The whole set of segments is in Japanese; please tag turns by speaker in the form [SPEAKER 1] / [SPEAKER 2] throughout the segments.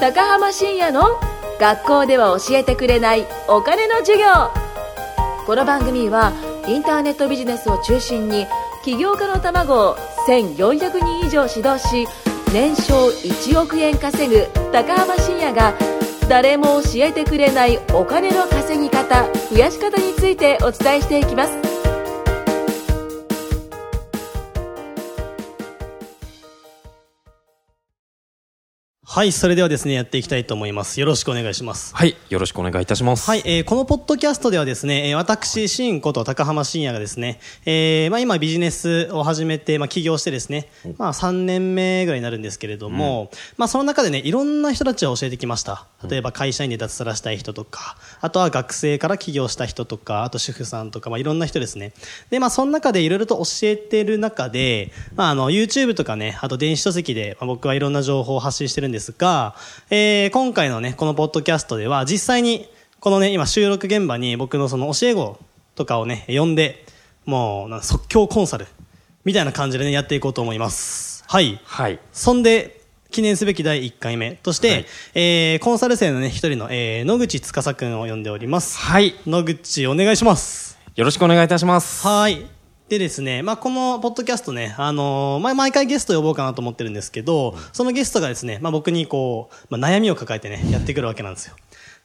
[SPEAKER 1] 高浜深也の学校では教えてくれないお金の授業この番組はインターネットビジネスを中心に起業家の卵を1400人以上指導し年商1億円稼ぐ高浜深也が誰も教えてくれないお金の稼ぎ方増やし方についてお伝えしていきます
[SPEAKER 2] はい、それではですね、やっていきたいと思います。よろしくお願いします。
[SPEAKER 3] はい、よろしくお願いいたします。
[SPEAKER 2] はい、えーこのポッドキャストではですね、えー私、シンこと高浜信也がですね、えーまあ、今ビジネスを始めて、まあ、起業してですね、まあ、3年目ぐらいになるんですけれども、まあ、その中でね、いろんな人たちを教えてきました。例えば会社員で脱サラしたい人とか、あとは学生から起業した人とか、あと主婦さんとか、まあ、いろんな人ですね。で、まあ、その中でいろいろと教えてる中で、まあ、あの、YouTube とかね、あと電子書籍で、まあ、僕はいろんな情報を発信してるんですが、えー今回のね、このポッドキャストでは、実際に、このね、今収録現場に僕のその教え子とかをね、呼んで、もう、なんか即興コンサル、みたいな感じでね、やっていこうと思います。はい。
[SPEAKER 3] はい。
[SPEAKER 2] そんで、記念すべき第1回目として、
[SPEAKER 3] はい
[SPEAKER 2] えーコンサル生のね、一人の、えー野口司くんを呼んでおります。
[SPEAKER 3] はい。
[SPEAKER 2] 野口、お願いします。
[SPEAKER 3] よろしくお願いいたします。
[SPEAKER 2] はい。でですね、まあ、このポッドキャストね、あのーまあ毎回ゲスト呼ぼうかなと思ってるんですけど、そのゲストがですね、まあ、僕にこう、まあ、悩みを抱えてね、やってくるわけなんですよ。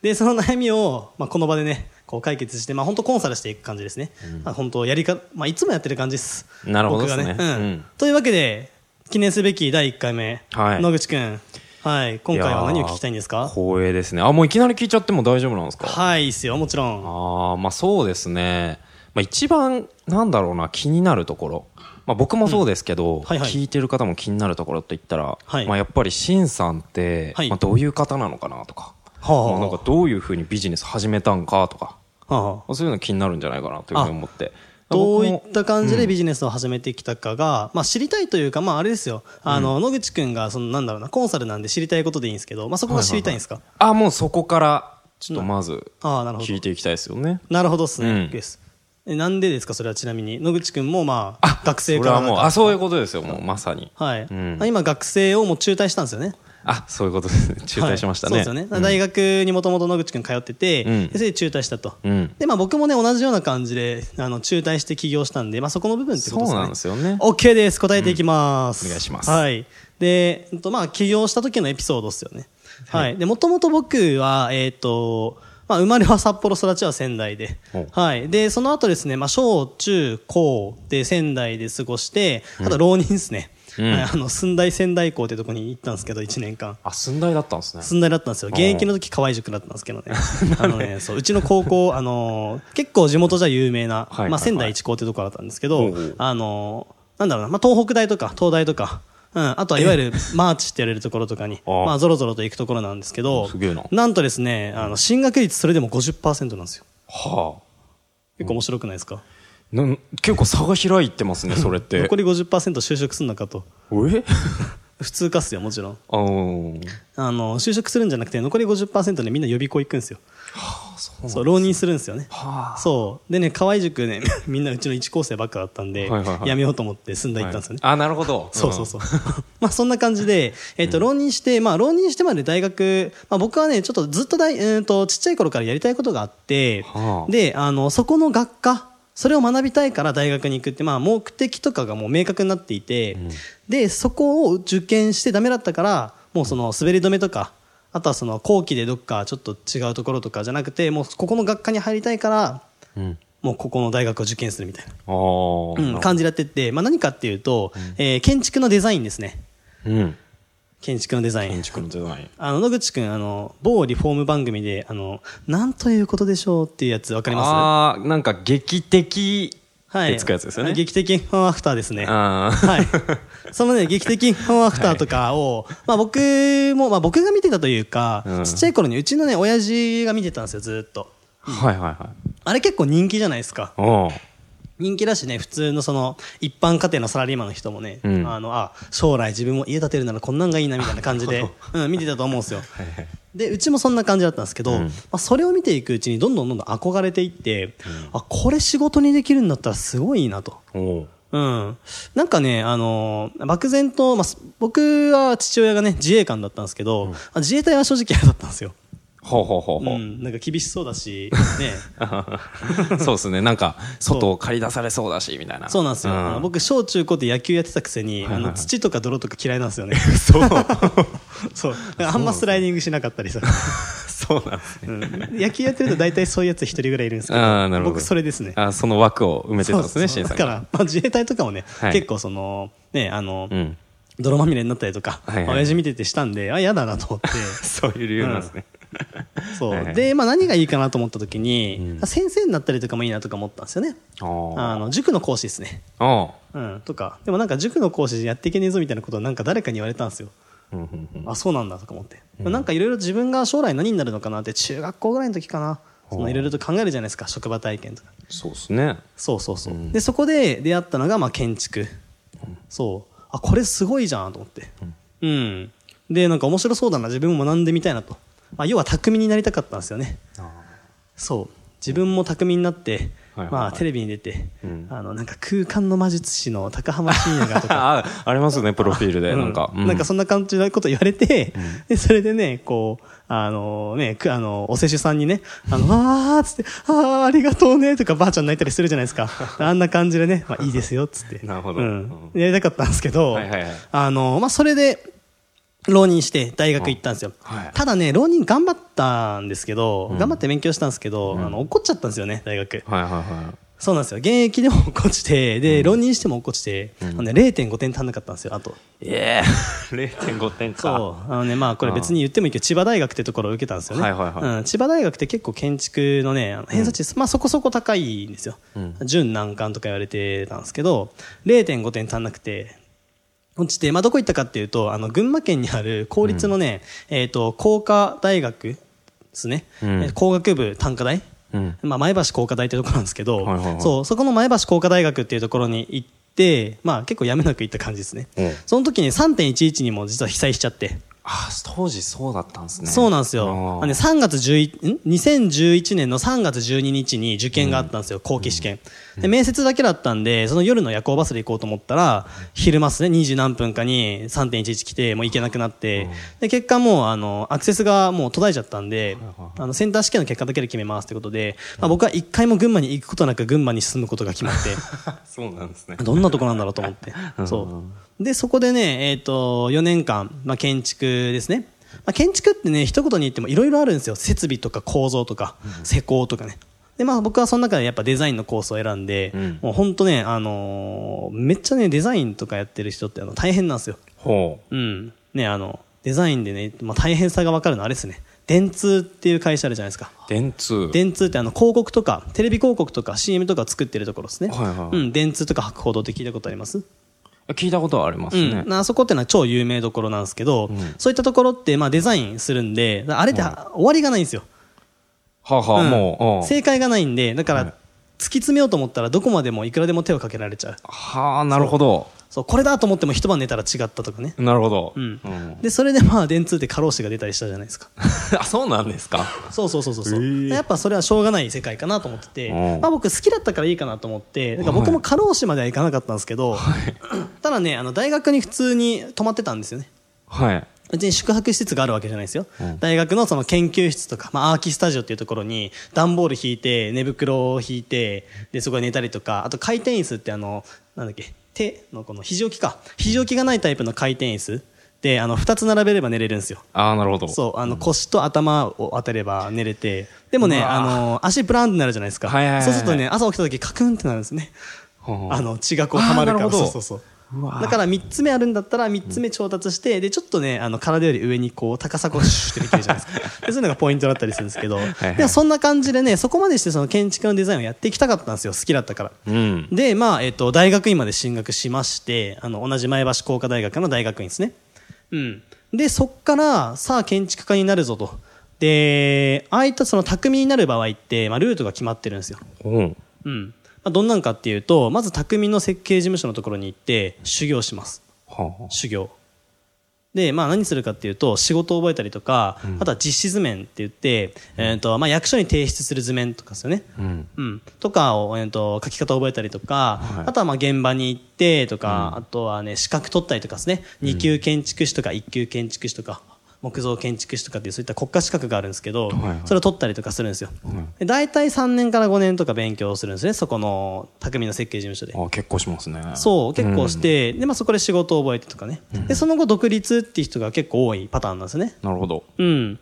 [SPEAKER 2] で、その悩みを、まあ、この場でね、こう解決して、まあ、本当コンサルしていく感じですね。まあ、本当やりか、まあ、いつもやってる感じです。
[SPEAKER 3] なるほどですね
[SPEAKER 2] 僕がうん
[SPEAKER 3] うん
[SPEAKER 2] というわけで、記念すべき第1回目、
[SPEAKER 3] はい
[SPEAKER 2] 野口くん。はい。今回は何を聞きたいんです
[SPEAKER 3] や
[SPEAKER 2] か
[SPEAKER 3] ー光栄ですね。あ、もういきなり聞いちゃっても大丈夫なんですか
[SPEAKER 2] はい、いいっすよ、もちろん。
[SPEAKER 3] ああ、まあそうですね。まあ一番、なんだろうな、気になるところ。まあ僕もそうですけど、
[SPEAKER 2] はいはい
[SPEAKER 3] 聞いてる方も気になるところといったら、
[SPEAKER 2] はい
[SPEAKER 3] まあやっぱりシンさんって、
[SPEAKER 2] はい
[SPEAKER 3] まあどういう方なのかなとか、まあなんかどういうふうにビジネス始めたんかとか、
[SPEAKER 2] あ。はあ。
[SPEAKER 3] まあそういうの気になるんじゃないかなというふうに思って。
[SPEAKER 2] どうい
[SPEAKER 3] 僕も
[SPEAKER 2] った感じでビジネスを始めてきたかが、まあ、知りたいというか、まあ、あれですよ、あの野口君がそのなんだろうなコンサルなんで知りたいことでいいんですけど、まあ、そこが知りたいんですか、
[SPEAKER 3] あ、もうそこから、ちょっとまず、
[SPEAKER 2] ああなるほど
[SPEAKER 3] 聞いていきたいですよね。
[SPEAKER 2] なるほどっすね、
[SPEAKER 3] うん
[SPEAKER 2] ですえなんでですかそれはちなみに野口君もまあ
[SPEAKER 3] あ
[SPEAKER 2] 学生
[SPEAKER 3] そ
[SPEAKER 2] か
[SPEAKER 3] れ
[SPEAKER 2] ら
[SPEAKER 3] は
[SPEAKER 2] だ
[SPEAKER 3] もう、
[SPEAKER 2] から
[SPEAKER 3] あ、そういうことですよ、もうまさに。
[SPEAKER 2] はい
[SPEAKER 3] うん
[SPEAKER 2] あ今学生をもう中退したんですよね
[SPEAKER 3] あ、そういうことですね。中退しましたね。
[SPEAKER 2] はいそうですよね、大学にもともと野口君通ってて、
[SPEAKER 3] うん
[SPEAKER 2] でそれで中退したと、
[SPEAKER 3] うん
[SPEAKER 2] でまあ、僕もね同じような感じであの中退して起業したんで、まあ、そこの部分ってことです
[SPEAKER 3] そ
[SPEAKER 2] ね
[SPEAKER 3] うなんですよね
[SPEAKER 2] OK です答えていきます、
[SPEAKER 3] うんお願いします
[SPEAKER 2] はいで、えっとまあ、起業した時のエピソードですよねはい、でもともと僕はえっ、とまあ、生まれは札幌育ちは仙台で
[SPEAKER 3] お、
[SPEAKER 2] はい、でその後ですね、まあ、小中高で仙台で過ごしてあと浪人ですね、
[SPEAKER 3] うん
[SPEAKER 2] はいあの寸大仙台校ってとこに行ったんですけど1年間
[SPEAKER 3] あ、寸大だったんですね。
[SPEAKER 2] 寸大だったんですよ。現役の時、河合塾だったんですけど ね。あのね、そう、うちの高校、あのー、結構地元じゃ有名な、
[SPEAKER 3] はい
[SPEAKER 2] まあ、
[SPEAKER 3] はい
[SPEAKER 2] 仙台一高ってとこだったんですけ
[SPEAKER 3] ほ
[SPEAKER 2] ど
[SPEAKER 3] うほう、
[SPEAKER 2] あのー、なんだろうな、まあ、東北大とか、東大とか、うん、あとはいわゆるマーチって言われるところとかに、
[SPEAKER 3] あー
[SPEAKER 2] まあ、ぞろぞろと行くところなんですけど
[SPEAKER 3] すげえな、
[SPEAKER 2] なんとですね、あの、進学率それでも50%なんですよ。
[SPEAKER 3] は
[SPEAKER 2] 結構面白くないですか
[SPEAKER 3] あ。なん結構差が開いてま すね、それって。
[SPEAKER 2] 残り50%就職すんのかと。
[SPEAKER 3] え
[SPEAKER 2] 普通かっすよ、もちろん。
[SPEAKER 3] あー
[SPEAKER 2] あの、就職するんじゃなくて、残り50%でみんな予備校行くんですよ。
[SPEAKER 3] あ、そうなん
[SPEAKER 2] そう、浪人するんですよね。
[SPEAKER 3] はあ。
[SPEAKER 2] そう。でね、河合塾ね、 みんなうちの1校生ばっかだったんで、
[SPEAKER 3] はいはいはい
[SPEAKER 2] やめようと思って住んだ行ったんですよね。
[SPEAKER 3] はいあ、なるほど。
[SPEAKER 2] そうそうそう。 まあそんな感じで、えっ、と、浪人して、まあ浪人してまで大学、まあ僕はね、ちょっとずっと大、うーんと、ちっちゃい頃からやりたいことがあって、
[SPEAKER 3] はあ
[SPEAKER 2] で、あの、そこの学科、それを学びたいから大学に行くって、まあ目的とかがもう明確になっていて、で、そこを受験してダメだったから、もうその滑り止めとか、あとはその後期でどっかちょっと違うところとかじゃなくて、もうここの学科に入りたいから、
[SPEAKER 3] うん。うん。
[SPEAKER 2] もうここの大学を受験するみたいな。
[SPEAKER 3] ああ。
[SPEAKER 2] うん、感じでやってって、まあ、何かっていうと、えー建築のデザインですね
[SPEAKER 3] うん。
[SPEAKER 2] 建築のデザイン
[SPEAKER 3] 建築のデザイン。
[SPEAKER 2] あの野口君あの某リフォーム番組であのなんということでしょうっていうやつわかりま
[SPEAKER 3] ああ、なんか劇的
[SPEAKER 2] すは
[SPEAKER 3] ってつくやつですよね。
[SPEAKER 2] あ劇的ファンアフターですね
[SPEAKER 3] あー
[SPEAKER 2] はい。そ のね、劇的ファンアフターとかを、まあ僕も、まあ僕が見てたというか、
[SPEAKER 3] うん
[SPEAKER 2] ちっちゃい頃にうちのね、親父が見てたんですよ、ずーっと。
[SPEAKER 3] はいはいはい。
[SPEAKER 2] あれ結構人気じゃないですか。
[SPEAKER 3] ああ。
[SPEAKER 2] 人気だしね普通のその一般家庭のサラリーマンの人もね、
[SPEAKER 3] うん
[SPEAKER 2] あのあ将来自分も家建てるならこんなんがいいなみたいな感じ で、うん、見てたと思うんですよ。でうちもそんな感じだったんですけど、まあ、それを見ていくうちにどんどんどんどん憧れていって、あこれ仕事にできるんだったらすごいいいなと。
[SPEAKER 3] おう
[SPEAKER 2] うん。なんかね、あのー漠然と、まあ、す僕は父親がね、自衛官だったんですけど、まあ自衛隊は正直嫌だったんですよ。
[SPEAKER 3] ほうほうほう
[SPEAKER 2] う
[SPEAKER 3] ほう。
[SPEAKER 2] ん。なんか厳しそうだし、ね。
[SPEAKER 3] そうですね。なんか、外を借り出されそうだし、みたいな。
[SPEAKER 2] そうなんですよ。あの
[SPEAKER 3] 僕、
[SPEAKER 2] 僕、小中高で野球やってたくせに、
[SPEAKER 3] はいはい
[SPEAKER 2] あの土とか泥とか嫌いなんですよ ね。
[SPEAKER 3] そう。
[SPEAKER 2] そう。だからあんまスライディングしなかったりさ。
[SPEAKER 3] そうなんですね。
[SPEAKER 2] うん、野球やってると大体そういうやつ一人ぐらいいるんですけど、
[SPEAKER 3] あーなるほど
[SPEAKER 2] 僕それですね。
[SPEAKER 3] あその枠を埋めてたんですね、
[SPEAKER 2] そう
[SPEAKER 3] 新
[SPEAKER 2] そうだか
[SPEAKER 3] さんが。
[SPEAKER 2] ら、まあ、自衛隊とかもね、
[SPEAKER 3] はい
[SPEAKER 2] 結構その、ね、あの、
[SPEAKER 3] うん。
[SPEAKER 2] 泥まみれになったりとか、
[SPEAKER 3] はいはい
[SPEAKER 2] まあ親父見ててしたんで、あ、嫌だなと思って。
[SPEAKER 3] そういう理由なんですね。
[SPEAKER 2] そう。
[SPEAKER 3] はいはい
[SPEAKER 2] で、まあ何がいいかなと思った時に、
[SPEAKER 3] うん
[SPEAKER 2] 先生になったりとかもいいなとか思ったんですよね。あ
[SPEAKER 3] あ
[SPEAKER 2] の、塾の講師ですね。
[SPEAKER 3] あ。あ
[SPEAKER 2] うん、とか。でもなんか塾の講師やっていけねえぞみたいなことをなんか誰かに言われたんですよ。
[SPEAKER 3] あ。うんうんうん
[SPEAKER 2] あ、そうなんだとか思って。なんかいろいろ自分が将来何になるのかなって中学校ぐらいの時かな。
[SPEAKER 3] ほ
[SPEAKER 2] そ
[SPEAKER 3] う
[SPEAKER 2] のいろいろと考えるじゃないですか、職場体験とか。
[SPEAKER 3] そうですね。
[SPEAKER 2] そうそうそう。
[SPEAKER 3] うん
[SPEAKER 2] で、そこで出会ったのが、まあ、建築。そう。あ、これすごいじゃんと思って。うん。で、なんか面白そうだな、自分も学んでみたいなと。まあ、要は匠になりたかったんですよね。そう。自分も匠になって、
[SPEAKER 3] はいはいはい
[SPEAKER 2] まあ、テレビに出て、
[SPEAKER 3] うん
[SPEAKER 2] あの、なんか空間の魔術師の高浜信也がとか、
[SPEAKER 3] ああ、ありますね、プロフィールで。なんか。
[SPEAKER 2] うんなんかそんな感じのこと言われて、で、それでね、こう、あのね、くあの、お世主さんにね、あの、あーっつって、あーありがとうね、とかばあちゃん泣いたりするじゃないですか。 あんな感じでね、まあいいですよ、つって。
[SPEAKER 3] なるほど
[SPEAKER 2] うん。やりたかったんですけど、
[SPEAKER 3] はいはいはい
[SPEAKER 2] あのまあそれで、浪人して大学行ったんですよ。
[SPEAKER 3] うんはい
[SPEAKER 2] ただね、浪人頑張ったんですけど、
[SPEAKER 3] ん
[SPEAKER 2] 頑張って勉強したんですけど、あの怒っちゃったんですよね、大学。
[SPEAKER 3] はいはいは
[SPEAKER 2] そうなんですよ。現役でも落っこちて、で、浪人しても落っこちて、あのね、0.5点足んなかったんですよ、あと。
[SPEAKER 3] い。ええ、0.5点 か。
[SPEAKER 2] そう。あのね、まあ、これ別に言ってもいいけど、千葉大学ってところを受けたんですよね。
[SPEAKER 3] はいはいはい
[SPEAKER 2] うん、千葉大学って結構建築のね、あの偏差値、まあそこそこ高いんですよ。
[SPEAKER 3] うん
[SPEAKER 2] 準難関とか言われてたんですけど、0.5点足んなくて、落ちて、まあどこ行ったかっていうと、あの、群馬県にある公立のね、えっ、と、工科大学ですね。
[SPEAKER 3] うん
[SPEAKER 2] えー工学部短科大
[SPEAKER 3] うん。
[SPEAKER 2] まあ、前橋工科大ってところなんですけど、
[SPEAKER 3] はいはいはい
[SPEAKER 2] そう、そこの前橋工科大学っていうところに行って、まあ結構やめなく行った感じですね。
[SPEAKER 3] うん
[SPEAKER 2] その時に3.11にも実は被災しちゃって。
[SPEAKER 3] ああ、当時そうだったんですね。
[SPEAKER 2] そうなんです
[SPEAKER 3] あ
[SPEAKER 2] よ。
[SPEAKER 3] ー
[SPEAKER 2] あのね、3月11、ん2011年の3月12日に受験があったんですよ、後期試験。で、面接だけだったんで、その夜の夜行バスで行こうと思ったら、昼間っすね、2時何分かに3.11来て、もう行けなくなって、で、結果もう、あの、アクセスがもう途絶えちゃったんで、あの、センター試験の結果だけで決めますってことで、まあ僕は一回も群馬に行くことなく群馬に進むことが決ま って、
[SPEAKER 3] そうなんですね。
[SPEAKER 2] どんなとこなんだろうと思って。そう。で、そこでね、えっ、と、4年間、まあ、建築ですね。まあ、建築ってね、一言に言ってもいろいろあるんですよ。設備とか構造とか、施工とかね。で、まあ僕はその中でやっぱデザインのコースを選んで、
[SPEAKER 3] うん
[SPEAKER 2] もう本当ね、あのーめっちゃね、デザインとかやってる人ってあの大変なんですよ。
[SPEAKER 3] ほ
[SPEAKER 2] うん。ね、あの、デザインでね、まあ大変さがわかるのはあれですね。電通っていう会社あるじゃないですか。
[SPEAKER 3] う。電通。
[SPEAKER 2] 電通ってあの広告とか、テレビ広告とか CM とかを作ってるところですね。
[SPEAKER 3] はいはい
[SPEAKER 2] うん、電通とか博報堂って聞いたことあります
[SPEAKER 3] 聞いたことはありますね。
[SPEAKER 2] うん、あそこってのは超有名どころなんですけど、
[SPEAKER 3] ん
[SPEAKER 2] そういったところってまあデザインするんで、あれって終わりがないんですよ。
[SPEAKER 3] はあはあ、
[SPEAKER 2] うん
[SPEAKER 3] もう。うん
[SPEAKER 2] 正解がないんで、だか
[SPEAKER 3] う
[SPEAKER 2] ら
[SPEAKER 3] ん
[SPEAKER 2] 突き詰めようと思ったらどこまでもいくらでも手をかけられちゃう。
[SPEAKER 3] はあ、なるほど。
[SPEAKER 2] そう、これだと思っても一晩寝たら違ったとかね。
[SPEAKER 3] なるほど。
[SPEAKER 2] うん
[SPEAKER 3] うん
[SPEAKER 2] で、それでまあ電通って過労死が出たりしたじゃないですか。
[SPEAKER 3] あ、そうなんですか。
[SPEAKER 2] そうそうそうそう そう、
[SPEAKER 3] へー
[SPEAKER 2] やっぱそれはしょうがない世界かなと思ってて、
[SPEAKER 3] うん
[SPEAKER 2] まあ、僕好きだったからいいかなと思ってなんか僕も過労死まではいかなかったんですけど、 ただねあの大学に普通に泊まってたんですよね
[SPEAKER 3] はい。
[SPEAKER 2] うちに宿泊施設があるわけじゃないですよ、
[SPEAKER 3] うん
[SPEAKER 2] 大学のその研究室とか、まあ、アーキスタジオっていうところに段ボール引いて寝袋を引いてでそこで寝たりとかあと回転椅子ってあのなんだっけ手のこの肘置きか肘置きがないタイプの回転椅子であの2つ並べれば寝れるんですよ
[SPEAKER 3] ああ、なるほど。
[SPEAKER 2] そう、あの腰と頭を当てれば寝れて、でもね、
[SPEAKER 3] うわ
[SPEAKER 2] あの、足ブランってなるじゃないですか。
[SPEAKER 3] はいはいはいはい
[SPEAKER 2] そうするとね、朝起きた時カクンってなるんですね。
[SPEAKER 3] ほう。
[SPEAKER 2] あの、血がこうはまるか
[SPEAKER 3] あーな
[SPEAKER 2] ら。
[SPEAKER 3] るほ
[SPEAKER 2] そう
[SPEAKER 3] ど
[SPEAKER 2] そうそう。
[SPEAKER 3] うわー
[SPEAKER 2] だから3つ目あるんだったら3つ目調達して、で、ちょっとね、あの、体より上にこう、高さこう、シュッてできるじゃないです か。でそういうのがポイントだったりするんですけど、
[SPEAKER 3] はい
[SPEAKER 2] でもそんな感じでね、そこまでしてその建築のデザインをやっていきたかったんですよ。好きだったから。
[SPEAKER 3] うん。
[SPEAKER 2] で、まあ、えっ、と、大学院まで進学しまして、あの、同じ前橋工科大学の大学院ですね。うん。で、そっから、さあ、建築家になるぞと。で、ああいったその匠になる場合って、まあ、ルートが決まってるんですよ。
[SPEAKER 3] うん。
[SPEAKER 2] うん。まあ、どんなんかっていうと、まず匠の設計事務所のところに行って、修行します。
[SPEAKER 3] は
[SPEAKER 2] 修行。で、まあ何するかっていうと、仕事を覚えたりとか、あとは実施図面って言って、えっと、まあ役所に提出する図面とかですよね。
[SPEAKER 3] うん。
[SPEAKER 2] うん、とかを、えー、と書き方を覚えたりとか、
[SPEAKER 3] はい
[SPEAKER 2] あとはまあ現場に行ってとか、あとはね資格取ったりとかですね2級建築士とか1級建築士とか木造建築士とかっていうそういった国家資格があるんですけど、
[SPEAKER 3] いはい
[SPEAKER 2] それを取ったりとかするんですよ、で大体3年から5年とか勉強するんですねそこの匠の設計事務所で
[SPEAKER 3] あ、結構しますね。
[SPEAKER 2] そう結構して、でまあ、そこで仕事を覚えてとかね、でその後独立っていう人が結構多いパターンなんですね
[SPEAKER 3] なるほど。
[SPEAKER 2] うん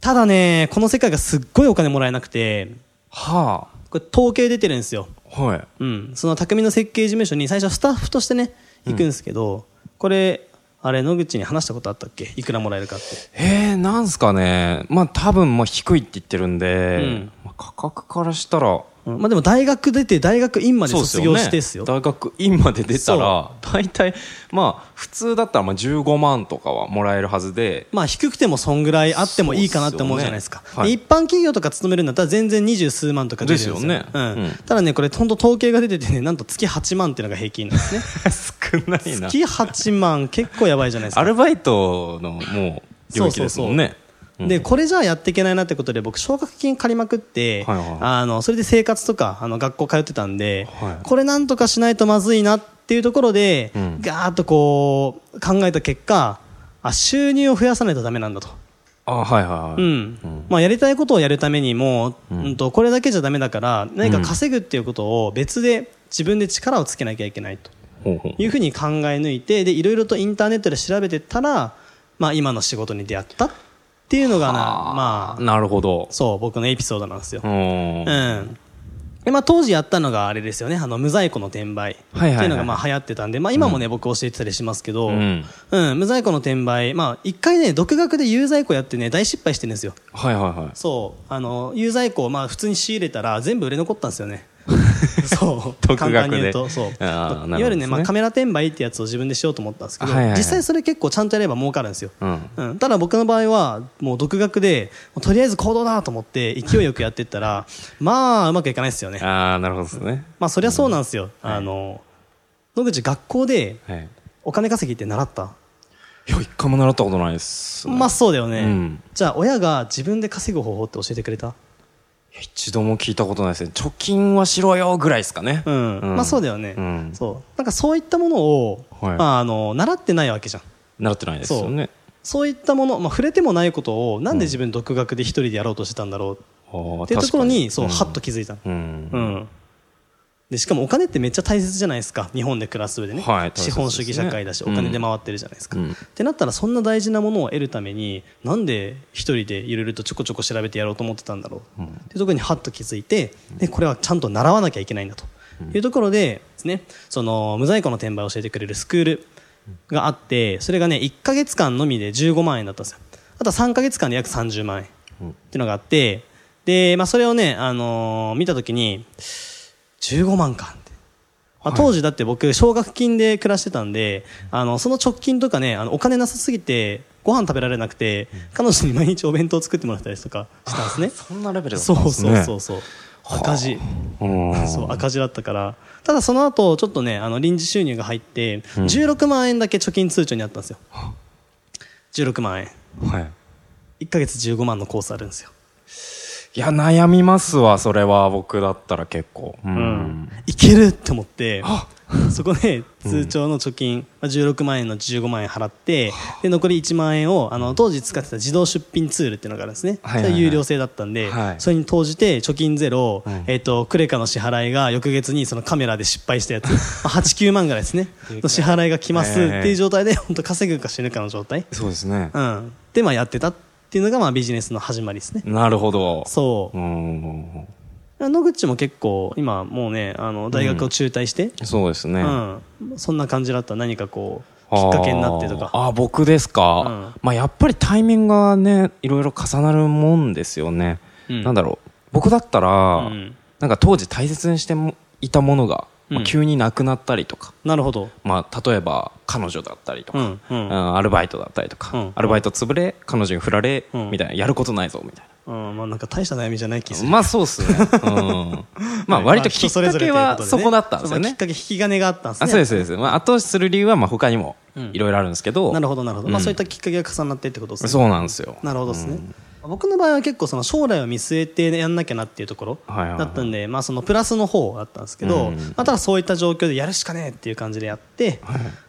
[SPEAKER 2] ただねこの世界がすっごいお金もらえなくて
[SPEAKER 3] は
[SPEAKER 2] これ統計出てるんですよ
[SPEAKER 3] あ。はい。
[SPEAKER 2] うん、その匠の設計事務所に最初はスタッフとしてね行くんですけど、これあれ野口に話したことあったっけいくらもらえるかって
[SPEAKER 3] えー、なんすかね。まあ多分もう低いって言ってるんで、
[SPEAKER 2] うん
[SPEAKER 3] まあ、価格からしたら、
[SPEAKER 2] うんまあでも大学出て大学院まで卒業してですよ
[SPEAKER 3] 大学院まで出たら
[SPEAKER 2] そ、
[SPEAKER 3] 大体、まあ普通だったらまあ15万とかはもらえるはず で、
[SPEAKER 2] まあ低くてもそんぐらいあってもいいかなって思うじゃないですか
[SPEAKER 3] そうっすよねはい
[SPEAKER 2] で一般企業とか勤めるんだったら全然二十数万とか出てるんですよ
[SPEAKER 3] ですよね
[SPEAKER 2] うん
[SPEAKER 3] うん
[SPEAKER 2] ただねこれ本当統計が出ててねなんと月8万っていうのが平均なんですね
[SPEAKER 3] 少ないな。
[SPEAKER 2] 月8万結構やばいじゃないですか
[SPEAKER 3] アルバイトのもう領域ですもんね。うん
[SPEAKER 2] で、これじゃあやっていけないなってことで、僕、奨学金借りまくって、
[SPEAKER 3] はいはい
[SPEAKER 2] あの、それで生活とか、あの、学校通ってたんで、
[SPEAKER 3] はい
[SPEAKER 2] これなんとかしないとまずいなっていうところで、
[SPEAKER 3] うん
[SPEAKER 2] ガーッとこう、考えた結果、あ、収入を増やさないとダメなんだと。
[SPEAKER 3] あ、はいは
[SPEAKER 2] う
[SPEAKER 3] いはい。
[SPEAKER 2] ん。まあ、やりたいことをやるためにも、うん、と、これだけじゃダメだから、何か稼ぐっていうことを別で、自分で力をつけなきゃいけないと。
[SPEAKER 3] ほうほう
[SPEAKER 2] いうふうに考え抜いてでいろいろとインターネットで調べてったら、まあ、今の仕事に出会ったっていうのがなまあ
[SPEAKER 3] なるほど。
[SPEAKER 2] そう僕のエピソードなんですよ
[SPEAKER 3] う、
[SPEAKER 2] う
[SPEAKER 3] ん。は
[SPEAKER 2] んでまあ、当時やったのがあれですよねあの無在庫の転売って
[SPEAKER 3] はいはいはい
[SPEAKER 2] いうのがまあ流行ってたんで、まあ、今もね、僕教えてたりしますけど、
[SPEAKER 3] うん
[SPEAKER 2] うん無在庫の転売、まあ、一回ね独学で有在庫やってね大失敗してるんですよ
[SPEAKER 3] いはいはい。
[SPEAKER 2] そうあの有在庫をまあ普通に仕入れたら全部売れ残ったんですよ ねそう
[SPEAKER 3] 独学で
[SPEAKER 2] 簡単に言うとそうい
[SPEAKER 3] あーなる
[SPEAKER 2] わ
[SPEAKER 3] ほどね
[SPEAKER 2] ゆるね、まあ、カメラ転売ってやつを自分でしようと思ったんですけど、
[SPEAKER 3] はいはいはい
[SPEAKER 2] 実際それ結構ちゃんとやれば儲かるんですよ、
[SPEAKER 3] うん。
[SPEAKER 2] うん、ただ僕の場合はもう独学でもうとりあえず行動だと思って勢いよくやってったらまあうまくいかないですよね
[SPEAKER 3] ああ、なるほどですね。
[SPEAKER 2] まあそりゃそうなんですよ、あの野口学校で
[SPEAKER 3] はい。
[SPEAKER 2] お金稼ぎって習った
[SPEAKER 3] いや、一回も習ったことないですね。
[SPEAKER 2] まあそうだよね、
[SPEAKER 3] うん
[SPEAKER 2] じゃあ親が自分で稼ぐ方法って教えてくれた
[SPEAKER 3] 一度も聞いたことないですね。貯金はしろよぐらいですかね。
[SPEAKER 2] うん、
[SPEAKER 3] うん
[SPEAKER 2] まあそうだよね、
[SPEAKER 3] うん
[SPEAKER 2] そうなんかそういったものを、
[SPEAKER 3] はい
[SPEAKER 2] まあ、あの習ってないわけじゃん
[SPEAKER 3] 習ってないですよね。
[SPEAKER 2] そういったもの、まあ、触れてもないことをなんで自分独学で一人でやろうとしてたんだろう
[SPEAKER 3] っ
[SPEAKER 2] っていうところにそう、はっと気づいたの
[SPEAKER 3] うん。
[SPEAKER 2] う
[SPEAKER 3] うん
[SPEAKER 2] んでしかもお金ってめっちゃ大切じゃないですか日本で暮らす上でね、
[SPEAKER 3] はい
[SPEAKER 2] 資本主義社会だし、
[SPEAKER 3] 大切ですね
[SPEAKER 2] お金で回ってるじゃないですか、
[SPEAKER 3] うん
[SPEAKER 2] ってなったらそんな大事なものを得るためになんで一人でいろいろとちょこちょこ調べてやろうと思ってたんだろう、
[SPEAKER 3] うん
[SPEAKER 2] っていうところにハッと気づいてでこれはちゃんと習わなきゃいけないんだというところでです、ね、その無在庫の転売を教えてくれるスクールがあってそれがね1か月間のみで15万円だったんですよあとは3か月間で約30万円っていうのがあってで、まあ、それをね、あのー見た時に15万かって。まあ、当時だって僕、奨学金で暮らしてたんで、あの、その直近とかね、あの、お金なさすぎて、ご飯食べられなくて、彼女に毎日お弁当を作ってもらったりとかしたんですね。
[SPEAKER 3] そんなレベルだった
[SPEAKER 2] そ
[SPEAKER 3] んで
[SPEAKER 2] う
[SPEAKER 3] す
[SPEAKER 2] そう
[SPEAKER 3] ね。
[SPEAKER 2] そううそう。赤字。
[SPEAKER 3] そう。う ん。
[SPEAKER 2] そう、赤字だったから。ただその後、ちょっとね、あの、臨時収入が入って、16万円だけ貯金通帳にあったんですよ。16万円。
[SPEAKER 3] はい。
[SPEAKER 2] 1ヶ月15万のコースあるんですよ。
[SPEAKER 3] いや、悩みますわ、それは。僕だったら結構。う。
[SPEAKER 2] うんいけるって思って
[SPEAKER 3] あ
[SPEAKER 2] そこで通帳の貯金、まあ16万円の15万円払ってで残り1万円をあの当時使ってた自動出品ツールっていうのがあるんですね、
[SPEAKER 3] はいはいはい
[SPEAKER 2] それ有料制だったんで、
[SPEAKER 3] はい
[SPEAKER 2] それに投じて貯金ゼロ、
[SPEAKER 3] ん
[SPEAKER 2] えっとクレカの支払いが翌月にそのカメラで失敗したやつ まあ89万ぐらいですねの支払いが来ますっていう状態で本当稼ぐか死ぬかの状態、
[SPEAKER 3] そうですね
[SPEAKER 2] う。ん、で、まあ、やってたっていうのがまあビジネスの始まりですね
[SPEAKER 3] なるほど。
[SPEAKER 2] そう
[SPEAKER 3] う。ん。
[SPEAKER 2] 野口も結構今もうねあの大学を中退して、
[SPEAKER 3] そうですね。
[SPEAKER 2] うん、そんな感じだった何かこうきっかけになってと
[SPEAKER 3] あ
[SPEAKER 2] か
[SPEAKER 3] ーあー僕ですか、
[SPEAKER 2] うん
[SPEAKER 3] まあやっぱりタイミングがねいろいろ重なるもんですよね、
[SPEAKER 2] うん
[SPEAKER 3] なんだろう僕だったら、
[SPEAKER 2] ん
[SPEAKER 3] なんか当時大切にしてもいたものが、まあ
[SPEAKER 2] うん
[SPEAKER 3] 急になくなったりとか、
[SPEAKER 2] なるほど
[SPEAKER 3] まあ、例えば彼女だったりとか、
[SPEAKER 2] うんうん
[SPEAKER 3] うんアルバイトだったりとか、
[SPEAKER 2] うん
[SPEAKER 3] アルバイト潰れ彼女に振られ、
[SPEAKER 2] うん
[SPEAKER 3] みたいなやることないぞみたいな、
[SPEAKER 2] うん、まあなんか大した悩みじゃない気する。
[SPEAKER 3] まあそうっすね。 うん。まあ割ときっかけはそこだったんですよ
[SPEAKER 2] そうまあきっ。
[SPEAKER 3] ね
[SPEAKER 2] かけ、引き金があったんです
[SPEAKER 3] あ
[SPEAKER 2] ね。
[SPEAKER 3] そうです、そうです。まあ後押しする理由はまあ他にも
[SPEAKER 2] うん
[SPEAKER 3] いろいろあるんですけど。
[SPEAKER 2] なるほど、なるほど。まあ
[SPEAKER 3] うん
[SPEAKER 2] そういったきっかけが重なってってことですね。
[SPEAKER 3] そうなんですよ。
[SPEAKER 2] なるほどですね。僕の場合は結構その将来を見据えてやんなきゃなっていうところ
[SPEAKER 3] はいはいはい
[SPEAKER 2] だったんで、まあそのプラスの方だったんですけど、
[SPEAKER 3] うん
[SPEAKER 2] まあただそういった状況でやるしかねえっていう感じでやって、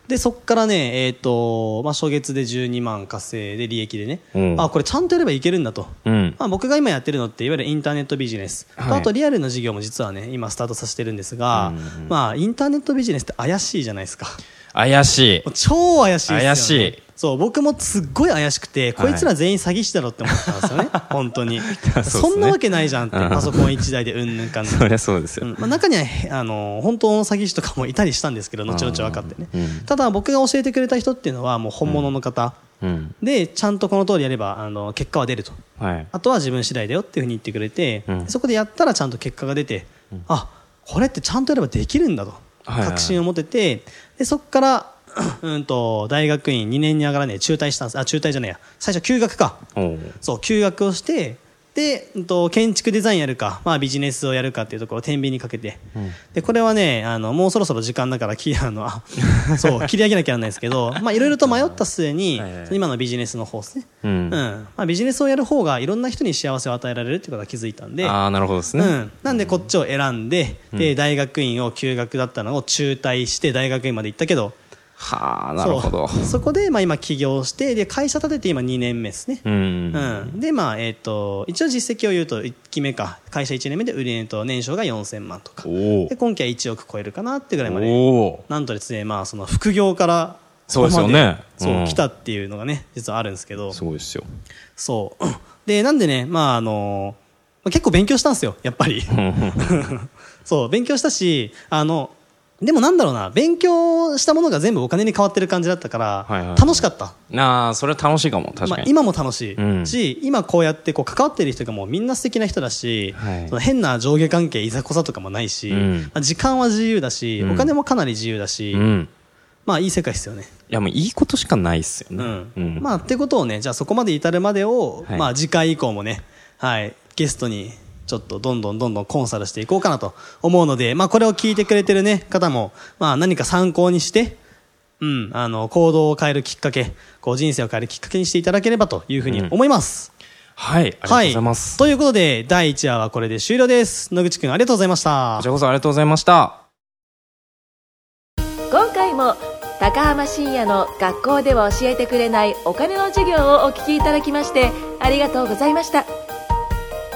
[SPEAKER 2] で、そっからね、えっ、と、まあ初月で12万稼いで利益でね、
[SPEAKER 3] うん
[SPEAKER 2] あ、これちゃんとやればいけるんだと。
[SPEAKER 3] うん。
[SPEAKER 2] まあ、僕が今やってるのっていわゆるインターネットビジネス、と
[SPEAKER 3] はい
[SPEAKER 2] あとリアルの事業も実はね今スタートさせてるんですが、
[SPEAKER 3] うん
[SPEAKER 2] まあ、インターネットビジネスって怪しいじゃないですか
[SPEAKER 3] 怪し い
[SPEAKER 2] もう。超怪しいですよ、ね、
[SPEAKER 3] 怪しい
[SPEAKER 2] そう僕もすっごい怪しくてこいつら全員詐欺師だろって思ったんです よね、本当に
[SPEAKER 3] ね
[SPEAKER 2] そんなわけないじゃんって
[SPEAKER 3] うん
[SPEAKER 2] パソコン1台でうんぬんかんぬん
[SPEAKER 3] そりゃそうです
[SPEAKER 2] う
[SPEAKER 3] よ。
[SPEAKER 2] んまあ、中にはへあの本当の詐欺師とかもいたりしたんですけど後々分かってね、
[SPEAKER 3] うん
[SPEAKER 2] ただ僕が教えてくれた人っていうのはもう本物の方、
[SPEAKER 3] うん。
[SPEAKER 2] でちゃんとこの通りやればあの結果は出ると
[SPEAKER 3] はい。
[SPEAKER 2] あとは自分次第だよっていうふうに言ってくれて、
[SPEAKER 3] うん
[SPEAKER 2] そこでやったらちゃんと結果が出て、あこれってちゃんとやればできるんだと
[SPEAKER 3] はいはい
[SPEAKER 2] 確信を持てて、でそこから、 うん、と大学院2年に上がらね中退したんですあ中退じゃないや最初休学か
[SPEAKER 3] おう
[SPEAKER 2] そう休学をしてで、うん、と建築デザインやるか、まあ、ビジネスをやるかっていうところを天秤にかけて、でこれはねあのもうそろそろ時間だからきあ のあそう切り上げなきゃならないですけどまあいろいろと迷った末に
[SPEAKER 3] はいはい
[SPEAKER 2] 今のビジネスの方ですね、
[SPEAKER 3] うん
[SPEAKER 2] うんまあ、ビジネスをやる方がいろんな人に幸せを与えられるってことが気づいたんで、
[SPEAKER 3] ああ、なるほどです
[SPEAKER 2] う
[SPEAKER 3] ね。
[SPEAKER 2] ん、なんでこっちを選んで,、で大学院を休学だったのを中退して大学院まで行ったけど
[SPEAKER 3] はあ、なるほど
[SPEAKER 2] そ。うそこで、まあ、今起業してで会社立てて今2年目ですね、
[SPEAKER 3] うん。
[SPEAKER 2] うん、でまあえっ、と一応実績を言うと1期目か会社1年目で売り値と年商が4000万とか
[SPEAKER 3] おお
[SPEAKER 2] で。今期は1億超えるかなってぐらいまで
[SPEAKER 3] おお。
[SPEAKER 2] なんとですねまあその副業から
[SPEAKER 3] そうですよね
[SPEAKER 2] ここまで
[SPEAKER 3] う
[SPEAKER 2] そ
[SPEAKER 3] ん
[SPEAKER 2] う来たっていうのがね実はあるんですけど
[SPEAKER 3] すごいですよ。
[SPEAKER 2] そうでなんでねまああのまあ結構勉強したんですよやっぱ りそう勉強したしあのでもなんだろうな勉強したものが全部お金に変わってる感じだったから、
[SPEAKER 3] はいはいはい
[SPEAKER 2] 楽しかった
[SPEAKER 3] なあ、それは楽しいかも、確
[SPEAKER 2] ま
[SPEAKER 3] か
[SPEAKER 2] あ、
[SPEAKER 3] に。
[SPEAKER 2] 今も楽しい、
[SPEAKER 3] うん
[SPEAKER 2] し今こうやってこう関わってる人がもうみんな素敵な人だし、
[SPEAKER 3] はい
[SPEAKER 2] その変な上下関係いざこざとかもないし、
[SPEAKER 3] うん
[SPEAKER 2] まあ時間は自由だし、
[SPEAKER 3] うん
[SPEAKER 2] お金もかなり自由だし、
[SPEAKER 3] うん。
[SPEAKER 2] まあいい世界ですよね。
[SPEAKER 3] いや、もういいことしかないっすよ
[SPEAKER 2] う
[SPEAKER 3] ね
[SPEAKER 2] ん。
[SPEAKER 3] うん
[SPEAKER 2] まあってことをねじゃあそこまで至るまでを、
[SPEAKER 3] はい
[SPEAKER 2] まあ次回以降もね、はい、ゲストにちょっとどんどんどんどんコンサルしていこうかなと思うので、まあ、これを聞いてくれてる、ね、方も、まあ、何か参考にして、うん、あの行動を変えるきっかけこう人生を変えるきっかけにしていただければというふうに思います。
[SPEAKER 3] はい、ありがとうご
[SPEAKER 2] は
[SPEAKER 3] ざ
[SPEAKER 2] い
[SPEAKER 3] います。
[SPEAKER 2] ということで、第1話はこれで終了です。野口くん、ありがとうございました
[SPEAKER 3] こち。らこそありがとうございました。
[SPEAKER 1] 今回も高浜深也の学校では教えてくれないお金の授業をお聞きいただきましてありがとうございました